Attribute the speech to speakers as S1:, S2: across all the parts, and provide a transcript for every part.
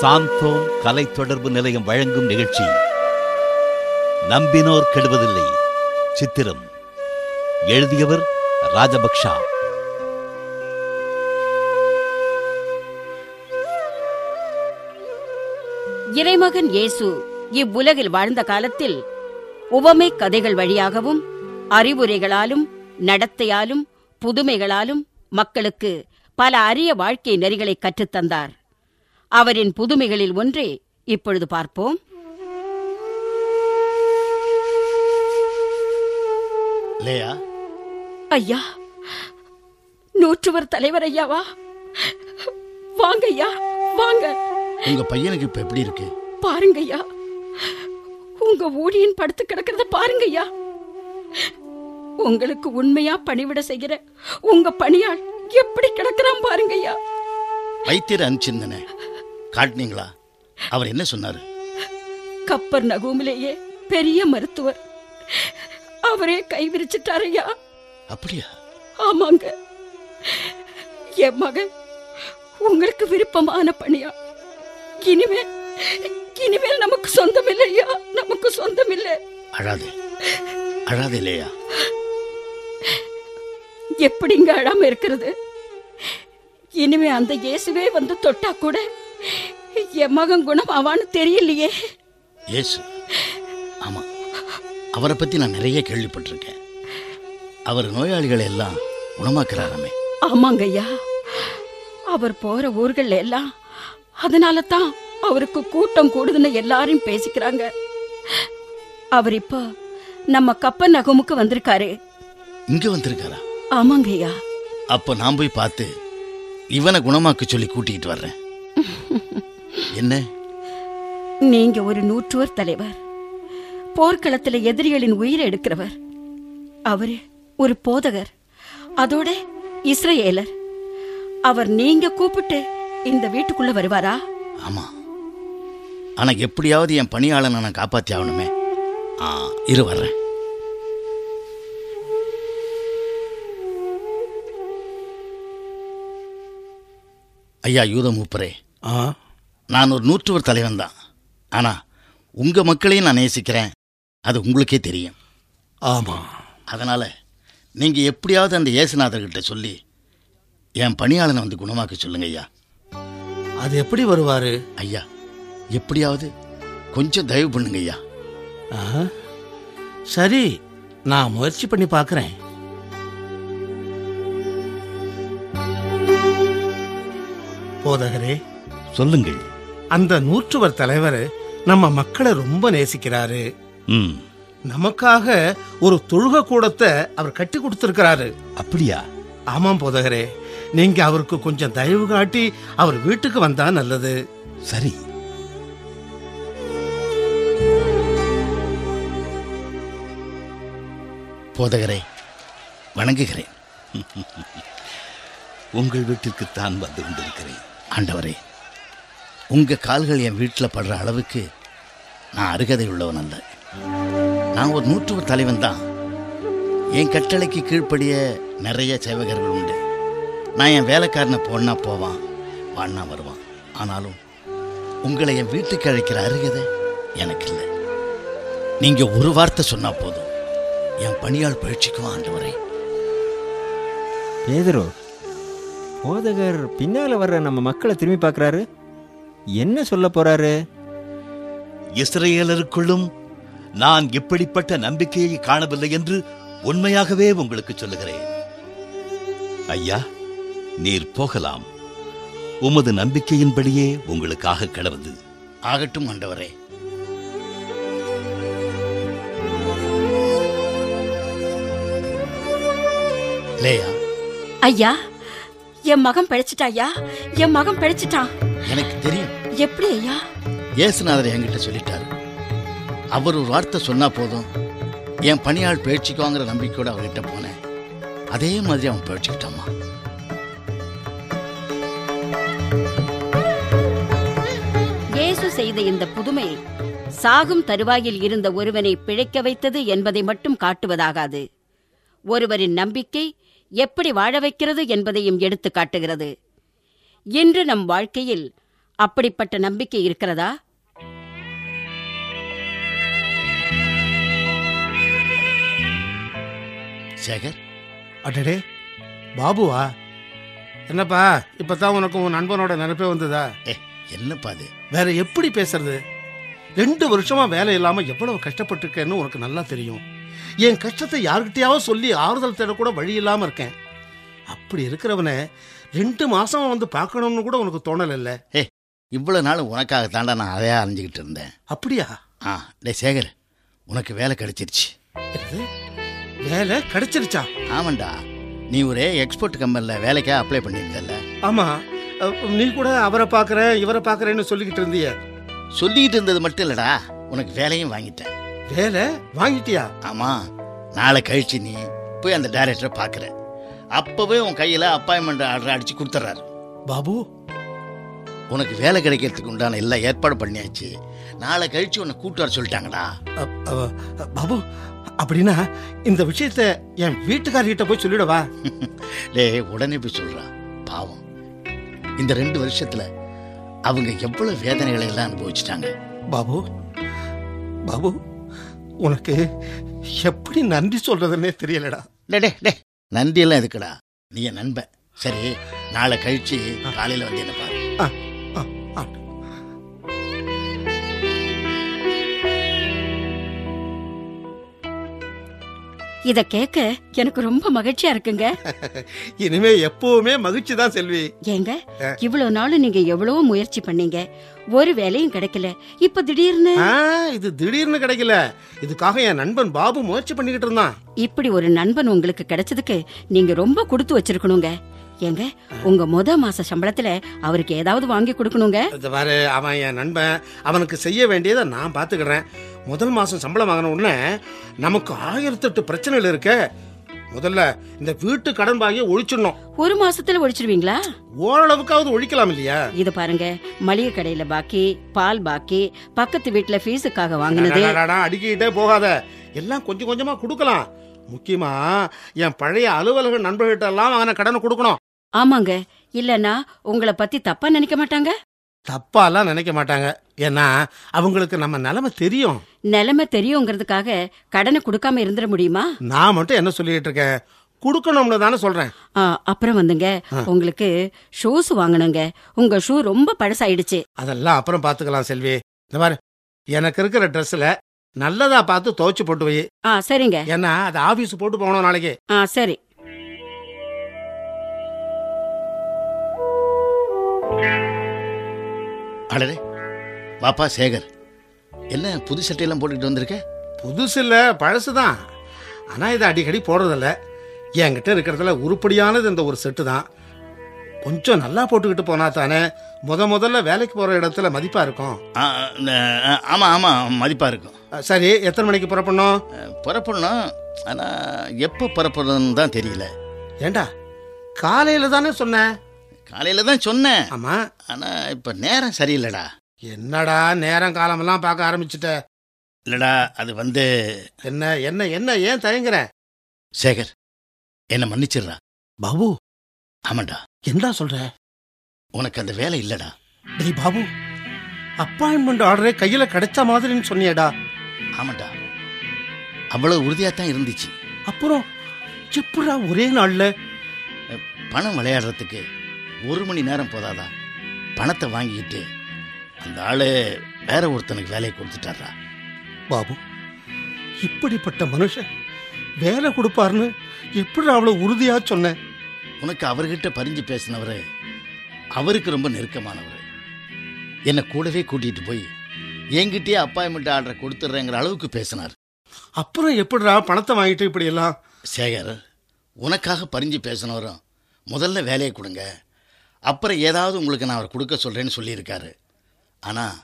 S1: சாந்தோம் கலை தொடர்பு நிலையம் வழங்கும் நிகழ்ச்சி நம்பினோர் கெடுவதில்லை சித்திரம் எழுதியவர் ராஜபக்ஷா
S2: இறைமகன் இயேசு இவ்வுலகில் வாழ்ந்த காலத்தில் உவமை கதைகள் வழியாகவும் அறிவுரைகளாலும் நடத்தையாலும் புதுமைகளாலும் மக்களுக்கு பல அரிய வாழ்க்கை நெறிகளை கற்றுத்தந்தார் அவரின் புதுமைகளில் ஒன்றை இப்பொழுது பார்ப்போம்
S3: லேயா
S2: ஐயா நூற்றுவர் தலைவர் ஐயாவா வாங்க ஐயா வாங்க
S3: உங்க பையனுக்கு இப்ப எப்படி இருக்கு
S2: பாருங்க ஐயா உங்க ஊழியன் படுத்து கிடக்கிறத பாருங்க ஐயா உங்களுக்கு உண்மையா பணிவிட செய்கிற உங்க பணியாள் எப்படி கிடக்குறான் பாருங்க ஐயா
S3: வைத்தியர் அனுப்பிச்சிருந்தனே காட்டினீங்களா அவர் என்ன சொன்னாரு
S2: கப்பர் நகூமிலேயே பெரிய மருத்துவர் அவரே கை விரிச்சிட்டாரு ஐயா
S3: அப்படியா
S2: ஆமாங்க என் மகன் உங்களுக்கு விருப்பமான பணியா இனிமேல் இனிமேல் நமக்கு சொந்தம் இல்லையா நமக்கு சொந்தம் இல்லை
S3: அழாதே அழாதே லேயா
S2: எப்படிங்க அழாம இருக்கிறது இனிமே அந்த இயேசுவே வந்து தொட்டா கூட என் மகன் குணம் ஆவான்னு தெரியலையே
S3: இயேசு ஆமா அவரை பத்தி நான் நிறைய கேள்விப்பட்டிருக்கேன் அவர் நோயாளிகளை எல்லாம் குணமாக்குறாராமே
S2: ஆமாங்க ஐயா அவர் போற ஊர்கள் எல்லாம் அதனால தான் அவருக்கு கூட்டம் கூடுதுன்னு எல்லாரும் பேசிக்கிறாங்க அவர் இப்போ நம்ம கப்பன் நகமுக்கு வந்திருக்காரு
S3: இங்க வந்திருக்காரா
S2: ஆமாங்க ஐயா
S3: அப்ப நான் போய் பார்த்து இவனை குணமாக்க சொல்லி கூட்டிகிட்டு வர்றேன் என்ன
S2: நீங்க ஒரு நூற்றுவர் தலைவர் போர்க்களத்துல எதிரிகளின் உயிரை எடுக்கிறவர் அவரு ஒரு போதகர் அதோட இஸ்ரேலர் அவர் நீங்க கூப்பிட்டு இந்த வீட்டுக்குள்ள வருவாரா
S3: ஆமா ஆனா எப்படியாவது என் பணியாளனை நான் காப்பாத்தி ஆகணுமே ஆ, இரு வர்றேன் ஐயா யூத மூப்பரே
S4: ஆ
S3: நான் ஒரு நூற்றுவர் தலைவன் தான் ஆனா உங்க மக்களையும் நான் நேசிக்கிறேன் அது உங்களுக்கே தெரியும்
S4: ஆமாம்
S3: அதனால நீங்க எப்படியாவது அந்த இயேசுநாதர்கிட்ட சொல்லி என் பணியாளனை வந்து குணமாக்க சொல்லுங்க ஐயா
S4: அது எப்படி வருவார்
S3: ஐயா எப்படியாவது கொஞ்சம் தயவு பண்ணுங்க ஐயா
S4: சரி நான் முயற்சி பண்ணி பார்க்குறேன் போதகரே
S1: சொல்லுங்கள்
S4: அந்த நூற்றுவர் தலைவர் நம்ம மக்களை ரொம்ப நேசிக்கிறாரு
S1: ம்
S4: நமக்காக ஒரு தொழுக கூடத்தை அவர் கட்டி கொடுத்துருக்கிறாரு
S1: அப்படியா
S4: ஆமாம் போதகரே நீங்க அவருக்கு கொஞ்சம் தயவு காட்டி அவர் வீட்டுக்கு வந்தா நல்லது
S1: சரி
S3: போதகரே வணங்குகிறேன்
S1: உங்கள் வீட்டிற்கு தான் வந்து கொண்டிருக்கிறேன்
S3: ஆண்டவரே உங்க கால்கள் என் வீட்டில் படுற அளவுக்கு நான் அருகதை உள்ளவன் அல்ல நான் ஒரு நூற்றுவர் தலைவன் தான் என் கட்டளைக்கு கீழ்ப்படிய நிறைய சேவகர்கள் உண்டு நான் என் வேலைக்காரனை போனா போவான் வான்னா வருவான் ஆனாலும் உங்களை என் வீட்டுக்கு அழைக்கிற அருகதை எனக்கு இல்லை நீங்க ஒரு வார்த்தை சொன்னா போதும் என் பணியால் பயிற்சிக்குவான் ஆண்டவரே
S5: பேதரோ போதகர் பின்னால் வர்ற நம்ம மக்களை திரும்பி பார்க்குறாரு என்ன சொல்ல போறாரு
S1: இஸ்ரேலருக்குள்ளும் நான் இப்படிப்பட்ட நம்பிக்கையை காணவில்லை என்று உண்மையாகவே உங்களுக்கு சொல்லுகிறேன் ஐயா நீர் போகலாம் உமது நம்பிக்கையின்படியே உங்களுக்காக கிடவது
S3: ஆகட்டும் ஆண்டவரே லேயா
S2: ஐயா என் மகன் பிழைச்சிட்டா ஐயா என் மகன் பிழைச்சிட்டான்
S3: எனக்கு தெரியும்
S2: எப்படி ஐயா
S3: இயேசுநாதர் என்கிட்ட சொல்லிட்டாரு அவர் ஒரு வார்த்தை சொன்னா போதும் என் பணியாள் பேச்சுக்குவாங்கிற நம்பிக்கையோட அவர்கிட்ட போனேன் அதே மாதிரி அவன் பேச்சுக்கிட்டாமா
S2: இயேசு செய்த இந்த புதுமை சாகும் தருவாயில் இருந்த ஒருவனை பிழைக்க வைத்தது என்பதை மட்டும் காட்டுவதாகாது ஒருவரின் நம்பிக்கை எப்படி வாழ வைக்கிறது என்பதையும் எடுத்துக் காட்டுகிறது இன்று நம் வாழ்க்கையில் அப்படிப்பட்ட நம்பிக்கை இருக்கிறதா
S3: சேகர்
S4: அடடே பாபுவா என்னப்பா இப்பதான் உனக்கு உன் நண்பனோட நினைப்பே வந்ததா
S3: ஏ என்னப்பா அது
S4: வேற எப்படி பேசுறது ரெண்டு வருஷமா வேலை இல்லாம எவ்வளவு கஷ்டப்பட்டிருக்கேன்னு உனக்கு நல்லா தெரியும் என் கஷ்டத்தை யார்கிட்டயாவது சொல்லி ஆறுதல் தேடக்கூட வழி இல்லாம இருக்கேன் அப்படி இருக்கிறவனை ரெண்டு மாசமா வந்து பார்க்கணும்னு கூட உனக்கு தோணல இல்ல
S3: இவ்வளோ நாள் உனக்காக தாண்டா நான் அதையா அலைஞ்சிக்கிட்டு இருந்தேன்
S4: அப்படியா
S3: ஆ டே சேகர் உனக்கு வேலை கிடைச்சிருச்சு
S4: என்னது? வேலை கிடைச்சிருச்சா
S3: ஆமாண்டா நீ ஒரு எக்ஸ்போர்ட் கம்பெனியில் வேலைக்காக அப்ளை பண்ணியிருந்தல்ல
S4: ஆமா அஹ், நீ கூட அவரை பார்க்கறேன் இவரை பார்க்கறேன்னு சொல்லிக்கிட்டு இருந்திய
S3: சொல்லிக்கிட்டு இருந்தது மட்டும் இல்லடா உனக்கு வேலையும் வாங்கிட்டேன்
S4: வேலை வாங்கிட்டியா
S3: ஆமாம் நாளை கழிச்சு நீ போய் அந்த டைரக்டரை பார்க்குற அப்போவே உன் கையில் அப்பாயின்மெண்ட் ஆர்டர் அடித்து கொடுத்துட்றாரு
S4: பாபு
S3: உனக்கு வேலை கிடைக்கிறதுக்கு உண்டான எல்லாம் ஏற்பாடு பண்ணியாச்சு நாளை கழிச்சு உன்னை கூட்டு வர சொல்லிட்டாங்கடா
S4: அப்- அவ- பாபு அப்படின்னா இந்த விஷயத்த என் வீட்டுக்காரர்கிட்ட போய் சொல்லிடவா
S3: டேய் உடனே போய் சொல்றா பாவம் இந்த ரெண்டு வருஷத்துல அவங்க எவ்வளவு வேதனைகளை எல்லாம் அனுபவிச்சிட்டாங்க
S4: பாபு பாபு உனக்கு எப்படி நன்றி சொல்றதுன்னே தெரியலடா
S3: டே டே டே நன்றியெல்லாம் எதுக்குடா நீ என் நண்பன் சரி நாளை கழிச்சு காலையில வந்து என்ன பாரு
S4: ஆ, ஆ, ஆ.
S2: இத கேட்க எனக்கு ரொம்ப மகிழ்ச்சியா இருக்குங்க
S4: இனிமே எப்பவுமே மகிழ்ச்சி தான் செல்வி
S2: ஏங்க இவ்வளவு நாள் நீங்க எவ்வளவோ முயற்சி பண்ணீங்க ஒரு வேலையும் கிடைக்கல இப்ப திடீர்னு
S4: ஆ, இது திடீர்னு கிடைக்கல இதுக்காக என் நண்பன் பாபு முயற்சி பண்ணிக்கிட்டு இருந்தான்
S2: இப்படி ஒரு நண்பன் உங்களுக்கு கிடைச்சதுக்கு நீங்க ரொம்ப கொடுத்து வச்சிருக்கணுங்க ஏங்க உங்க முத மாச சம்பளத்துல அவருக்கு ஏதாவது வாங்கி கொடுக்கணுங்க
S4: இது பாரு அவன் என் நண்பன் அவனுக்கு செய்ய வேண்டியதை நான் பார்த்துக்கிறேன் முதல் மாதம் சம்பளம் வாங்கின உடனே நமக்கு ஆயிரத்தெட்டு பிரச்சனைகள் இருக்க முதல்ல இந்த வீட்டு கடன் பாகியை ஒழிச்சிடணும்
S2: ஒரு மாசத்துல ஒழிச்சிருவீங்களா
S4: ஓரளவுக்காவது ஒழிக்கலாம் இல்லையா
S2: இது பாருங்க மளிகை கடையில பாக்கி பால் பாக்கி பக்கத்து வீட்டுல ஃபீஸுக்காக வாங்கினது
S4: அடடடடா, அடிக்கிட்டே போகாத எல்லாம் கொஞ்சம் கொஞ்சமா கொடுக்கலாம் முக்கியமா என் பழைய அலுவலக நண்பர்கிட்ட எல்லாம் அவனை கடனை கொடுக்கணும்
S2: ஆமாங்க இல்லனா உங்களை பத்தி தப்பா நினைக்க மாட்டாங்க
S4: தப்பாலாம் நினைக்க மாட்டாங்க ஏன்னா அவங்களுக்கு நம்ம நிலைமை தெரியும்
S2: நிலைமை தெரியுங்கிறதுக்காக கடனை கொடுக்காம இருந்துட முடியுமா
S4: நான் மட்டும் என்ன சொல்லிட்டு இருக்கேன் கொடுக்கணும்னு தானே சொல்றேன்
S2: ஆ, அப்புறம் வந்துங்க உங்களுக்கு ஷூஸ் வாங்கணுங்க உங்க ஷூ ரொம்ப பழசாயிடுச்சு
S4: அதெல்லாம் அப்புறம் பார்த்துக்கலாம் செல்வி இந்த மாதிரி எனக்கு இருக்கிற ட்ரெஸ்ஸில் நல்லதா பார்த்து துவைச்சு போட்டு வை
S2: ஆ சரிங்க
S4: ஏன்னா அது ஆஃபீஸ் போட்டு போகணும் நாளைக்கு
S2: ஆ சரி
S3: அடடே பாப்பா சேகர் என்ன புது சட்டையெல்லாம் போட்டுக்கிட்டு வந்திருக்க
S4: புதுசு இல்லை பழசு தான் ஆனால் இதை அடிக்கடி போடுறதில்ல என்கிட்ட இருக்கிறதுல உருப்படியானது இந்த ஒரு செட்டு தான் கொஞ்சம் நல்லா போட்டுக்கிட்டு போனா தானே முத முதல்ல வேலைக்கு போகிற இடத்துல மதிப்பாக இருக்கும்
S3: ஆ, ந- ஆ, ஆமா ஆமா மதிப்பா இருக்கும்
S4: அஹ் சரி எத்தனை மணிக்கு புறப்படணும்
S3: அஹ், புறப்படணும் ஆனா எப்போ புறப்படுறதுன்னு தான் தெரியல
S4: ஏண்டா காலையில் தானே சொன்னேன்
S3: காலையில தான் சொன்னேன்
S4: ஆமாம்
S3: ஆனா இப்ப நேரம் சரியில்லைடா
S4: என்னடா நேரம் காலமெல்லாம் பார்க்க ஆரம்பிச்சிட்ட
S3: இல்லடா அது வந்து
S4: என்ன என்ன என்ன ஏன் தயங்குற
S3: சேகர் என்னை மன்னிச்சிடுறா
S4: பாபு
S3: ஆமாண்டா
S4: என்னடா சொல்ற
S3: உனக்கு அந்த வேலை இல்லடா
S4: டேய் பாபு அப்பாயின்மெண்ட் ஆர்டரே கையில் கிடைச்ச மாதிரின்னு சொன்னியேடா
S3: ஆமாண்டா அவ்வளவு உறுதியாக தான் இருந்துச்சு
S4: அப்புறம் எப்படா ஒரே நாளில்
S3: பணம் விளையாடுறதுக்கு ஒரு மணி நேரம் போதாதா பணத்தை வாங்கிக்கிட்டு அந்த ஆளு வேற ஒருத்தனுக்கு வேலையை கொடுத்துட்டாரா
S4: பாபு இப்படிப்பட்ட மனுஷன் வேலை கொடுப்பாருன்னு எப்படி அவ்வளோ உறுதியா சொன்னேன்
S3: உனக்கு அவர்கிட்ட பரிஞ்சு பேசினவர் அவருக்கு ரொம்ப நெருக்கமானவர் என்னை கூடவே கூட்டிகிட்டு போய் என்கிட்டயே அப்பாயின்மெண்ட் ஆர்டரை கொடுத்துட்றேங்கிற அளவுக்கு பேசினார்
S4: அப்புறம் எப்படிடா பணத்தை வாங்கிட்டு இப்படி எல்லாம்
S3: சேகர் உனக்காக பரிஞ்சு பேசினவரும் முதல்ல வேலையை கொடுங்க அப்புறம் ஏதாவது உங்களுக்கு நான் அவர் கொடுக்க சொல்கிறேன்னு சொல்லியிருக்காரு ஆனால்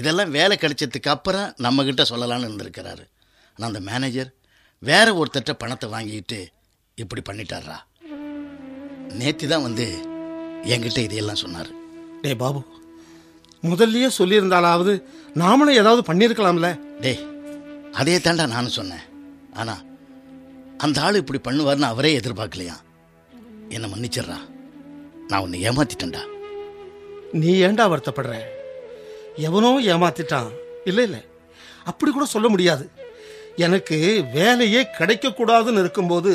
S3: இதெல்லாம் வேலை கிடைச்சதுக்கு அப்புறம் நம்மக்கிட்ட சொல்லலாம்னு இருந்திருக்கிறாரு ஆனால் அந்த மேனேஜர் வேற ஒருத்தட்ட பணத்தை வாங்கிட்டு இப்படி பண்ணிட்டாரா நேற்று தான் வந்து என்கிட்ட இதையெல்லாம் சொன்னார்
S4: டேய் பாபு முதல்லயே சொல்லியிருந்தாலாவது நாமளும் ஏதாவது பண்ணியிருக்கலாம்ல
S3: டேய் அதே தாண்டா நானும் சொன்னேன் ஆனால் அந்த ஆள் இப்படி பண்ணுவார்னு அவரே எதிர்பார்க்கலையா என்னை மன்னிச்சிடுறா நான் உன்னை ஏமாத்திட்டேன்டா
S4: நீ ஏன்டா வருத்தப்படுற எவனோ ஏமாத்திட்டான் இல்லை இல்லை அப்படி கூட சொல்ல முடியாது எனக்கு வேலையே கிடைக்கக்கூடாதுன்னு இருக்கும்போது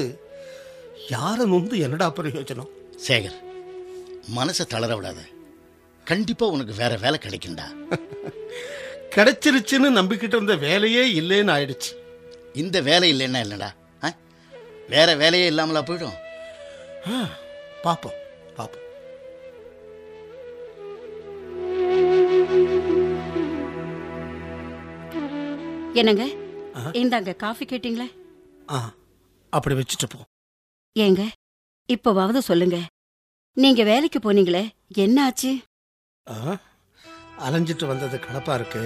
S4: யாரை நொந்து என்னடா பிரயோஜனம்
S3: சேகர் மனசை தளர விடாத கண்டிப்பாக உனக்கு வேற வேலை கிடைக்கும்டா
S4: கிடைச்சிருச்சுன்னு நம்பிக்கிட்டு இருந்த வேலையே இல்லைன்னு ஆயிடுச்சு
S3: இந்த வேலை இல்லைன்னா என்னடா ஆ? வேற வேலையே இல்லாமலா போயிடும்
S4: பார்ப்போம் பார்ப்போம்
S2: என்னங்க இந்தாங்க காஃபி கேட்டிங்களே
S4: ஆ அப்படி வச்சுட்டு போ
S2: ஏங்க இப்பவாவது சொல்லுங்க நீங்க வேலைக்கு போனீங்களே என்ன ஆச்சு
S4: ஆ, அலைஞ்சிட்டு வந்தது கணப்பா இருக்கு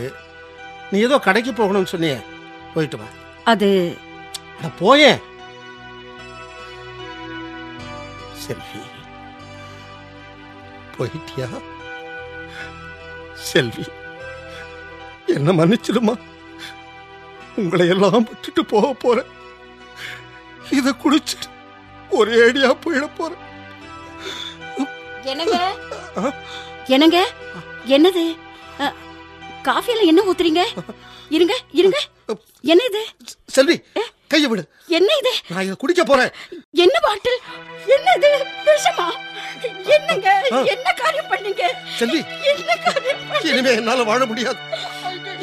S4: நீ ஏதோ கடைக்கு போகணும்னு சொன்னியே போயிட்டு வா
S2: அது
S4: அட போயேன் செல்வி போயிட்டியா செல்வி என்ன மன்னிச்சிடுமா உங்களை எல்லாம் விட்டுட்டு போக போறேன் இதை குடிச்சிட்டு ஒரே அடியா போயிட போறேன்
S2: என்னங்க என்னங்க என்னது அ, காஃபில என்ன ஊத்துறீங்க இருங்க இருங்க என்ன இது
S4: செல்வி கையை விடு
S2: என்ன இது
S4: நான் இதை குடிக்க போறேன்
S2: என்ன பாட்டில் என்ன இது விஷமா என்னங்க என்ன காரியம் பண்ணீங்க
S4: செல்வி
S2: என்ன காரியம் பண்ணீங்க?
S4: இனிமே என்னால வாழ முடியாது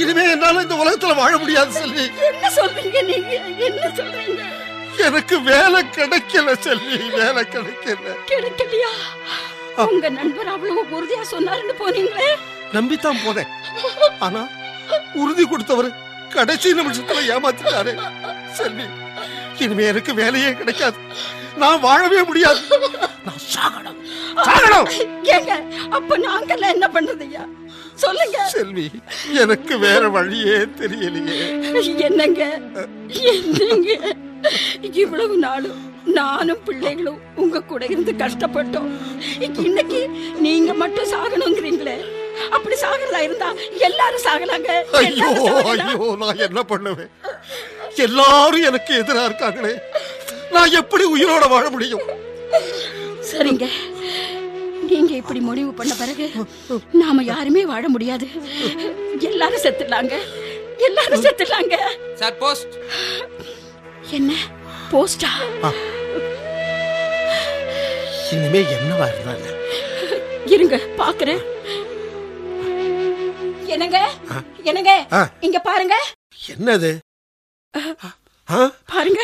S4: இனிமே என்னால இந்த உலகத்துல வாழ முடியாது செல்வி
S2: என்ன சொல்றீங்க நீங்க என்ன சொல்றீங்க
S4: எனக்கு வேலை கிடைக்கல செல்வி வேலை கிடைக்கல
S2: கிடைக்கலையா உங்க நண்பர் அவ்வளவு உறுதியா சொன்னாருன்னு போனீங்களே
S4: நம்பித்தான் போனேன் ஆனா உறுதி கொடுத்தவர் கடைசி நிமிஷத்துல ஏமாத்திட்டாரு செல்வி இனிமே எனக்கு வேலையே கிடைக்காது நான் வாழவே முடியாது நான் சாகணும் சாகணும்
S2: ஏங்க அப்ப நாங்கெல்லாம் என்ன பண்றதுயா சொல்லுங்க
S4: செல்வி எனக்கு வேற வழியே தெரியலையே
S2: என்னங்க என்னங்க இவ்வளவு நாளும் நானும் பிள்ளைகளும் உங்க கூட இருந்து கஷ்டப்பட்டோம் இன்னைக்கு நீங்க மட்டும் சாகணுங்கிறீங்களே அப்படி சாகிறதா இருந்தா எல்லாரும் சாகலாங்க
S4: ஐயோ
S2: எல்லாரும் சாகலாம்.
S4: ஐயோ நான் என்ன பண்ணுவேன் எல்லாரும் எனக்கு எதிரா இருக்காங்களே நான் எப்படி உயிரோட வாழ முடியும்
S2: சரிங்க நீங்க இப்படி முடிவு பண்ண பிறகு நாம யாருமே வாழ முடியாது எல்லாரும் செத்துடலாங்க எல்லாரும் செத்துடலாங்க
S6: சார் போஸ்ட்
S2: என்ன போஸ்டா
S4: இனிமே என்னவா இருந்தாங்க
S2: இருங்க பாக்குறேன் என்னங்க என்னங்க
S4: ஆ.
S2: இங்க பாருங்க
S4: என்னது ஆ?
S2: பாருங்க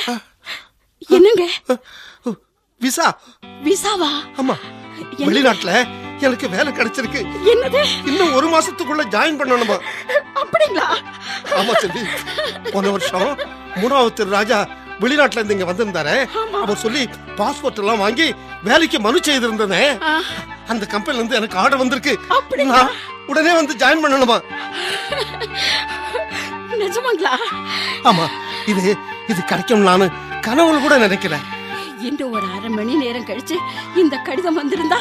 S2: என்னங்க
S4: ஆ? விசா
S2: விசாவா
S4: ஆமா
S2: என்ன?
S4: வெளிநாட்டுல எனக்கு வேலை கிடைச்சிருக்கு
S2: என்னது
S4: இன்னும் ஒரு மாசத்துக்குள்ள ஜாயின் பண்ணணுமா
S2: அப்படிங்களா
S4: ஆமா செல்வி போன வருஷம் மூணாவது திரு ராஜா வெளிநாட்டுல இருந்து இங்க வந்திருந்தாரு அவர் சொல்லி பாஸ்போர்ட் எல்லாம் வாங்கி வேலைக்கு மனு செய்திருந்தனே
S2: ஆ.
S4: அந்த கம்பெனில இருந்து எனக்கு ஆர்டர் வந்திருக்கு
S2: அப்படிங்களா?
S4: நான் உடனே வந்து ஜாயின் பண்ணணுமா
S2: நிஜமாங்களா
S4: ஆமா இது இது கிடைக்கும் நானு கனவுல கூட நினைக்கிறேன்
S2: இன்னும் ஒரு அரை மணி நேரம் கழிச்சு இந்த கடிதம் வந்திருந்தா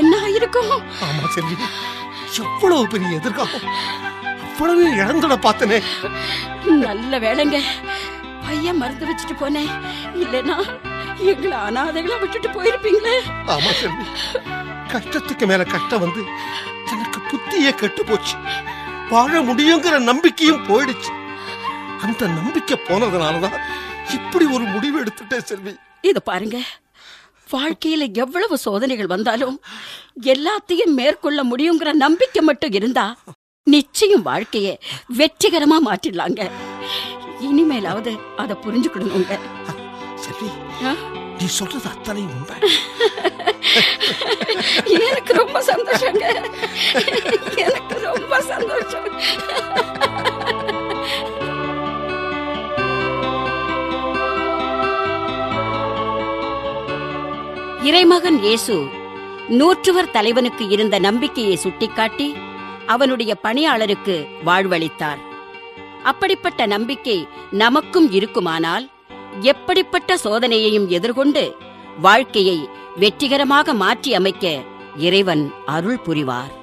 S2: என்ன ஆயிருக்கும்
S4: ஆமா செல்வி எவ்வளவு பெரிய எதிர்காலம் அவ்வளவு இழந்துட பார்த்தனே
S2: நல்ல வேலைங்க பையன் மருந்து வச்சுட்டு போனேன் இல்லைன்னா எங்களை அனாதைகளை விட்டுட்டு போயிருப்பீங்களே
S4: ஆமா செல்வி கஷ்டத்துக்கு மேல கஷ்டம் வந்து எனக்கு புத்தியே கெட்டு போச்சு வாழ முடியுங்கிற நம்பிக்கையும் போயிடுச்சு அந்த நம்பிக்கை போனதுனாலதான் இப்படி ஒரு முடிவு எடுத்துட்டேன் செல்வி
S2: இத பாருங்க வாழ்க்கையில எவ்வளவு சோதனைகள் வந்தாலும் எல்லாத்தையும் மேற்கொள்ள முடியுங்கிற நம்பிக்கை மட்டும் இருந்தா நிச்சயம் வாழ்க்கைய வெற்றிகரமா மாற்றிடலாங்க இனிமேலாவது அதை புரிஞ்சுக்கணுங்க
S4: செல்வி
S2: ஆ?
S4: நீ சொல்றது அத்தனை உண்மை
S2: எனக்கு ரொம்ப சந்தோஷங்க எனக்கு ரொம்ப சந்தோஷம் இறைமகன் இயேசு நூற்றுவர் தலைவனுக்கு இருந்த நம்பிக்கையை சுட்டிக்காட்டி அவனுடைய பணியாளருக்கு வாழ்வளித்தார் அப்படிப்பட்ட நம்பிக்கை நமக்கும் இருக்குமானால் எப்படிப்பட்ட சோதனையையும் எதிர்கொண்டு வாழ்க்கையை வெற்றிகரமாக மாற்றி அமைக்க இறைவன் அருள் புரிவார்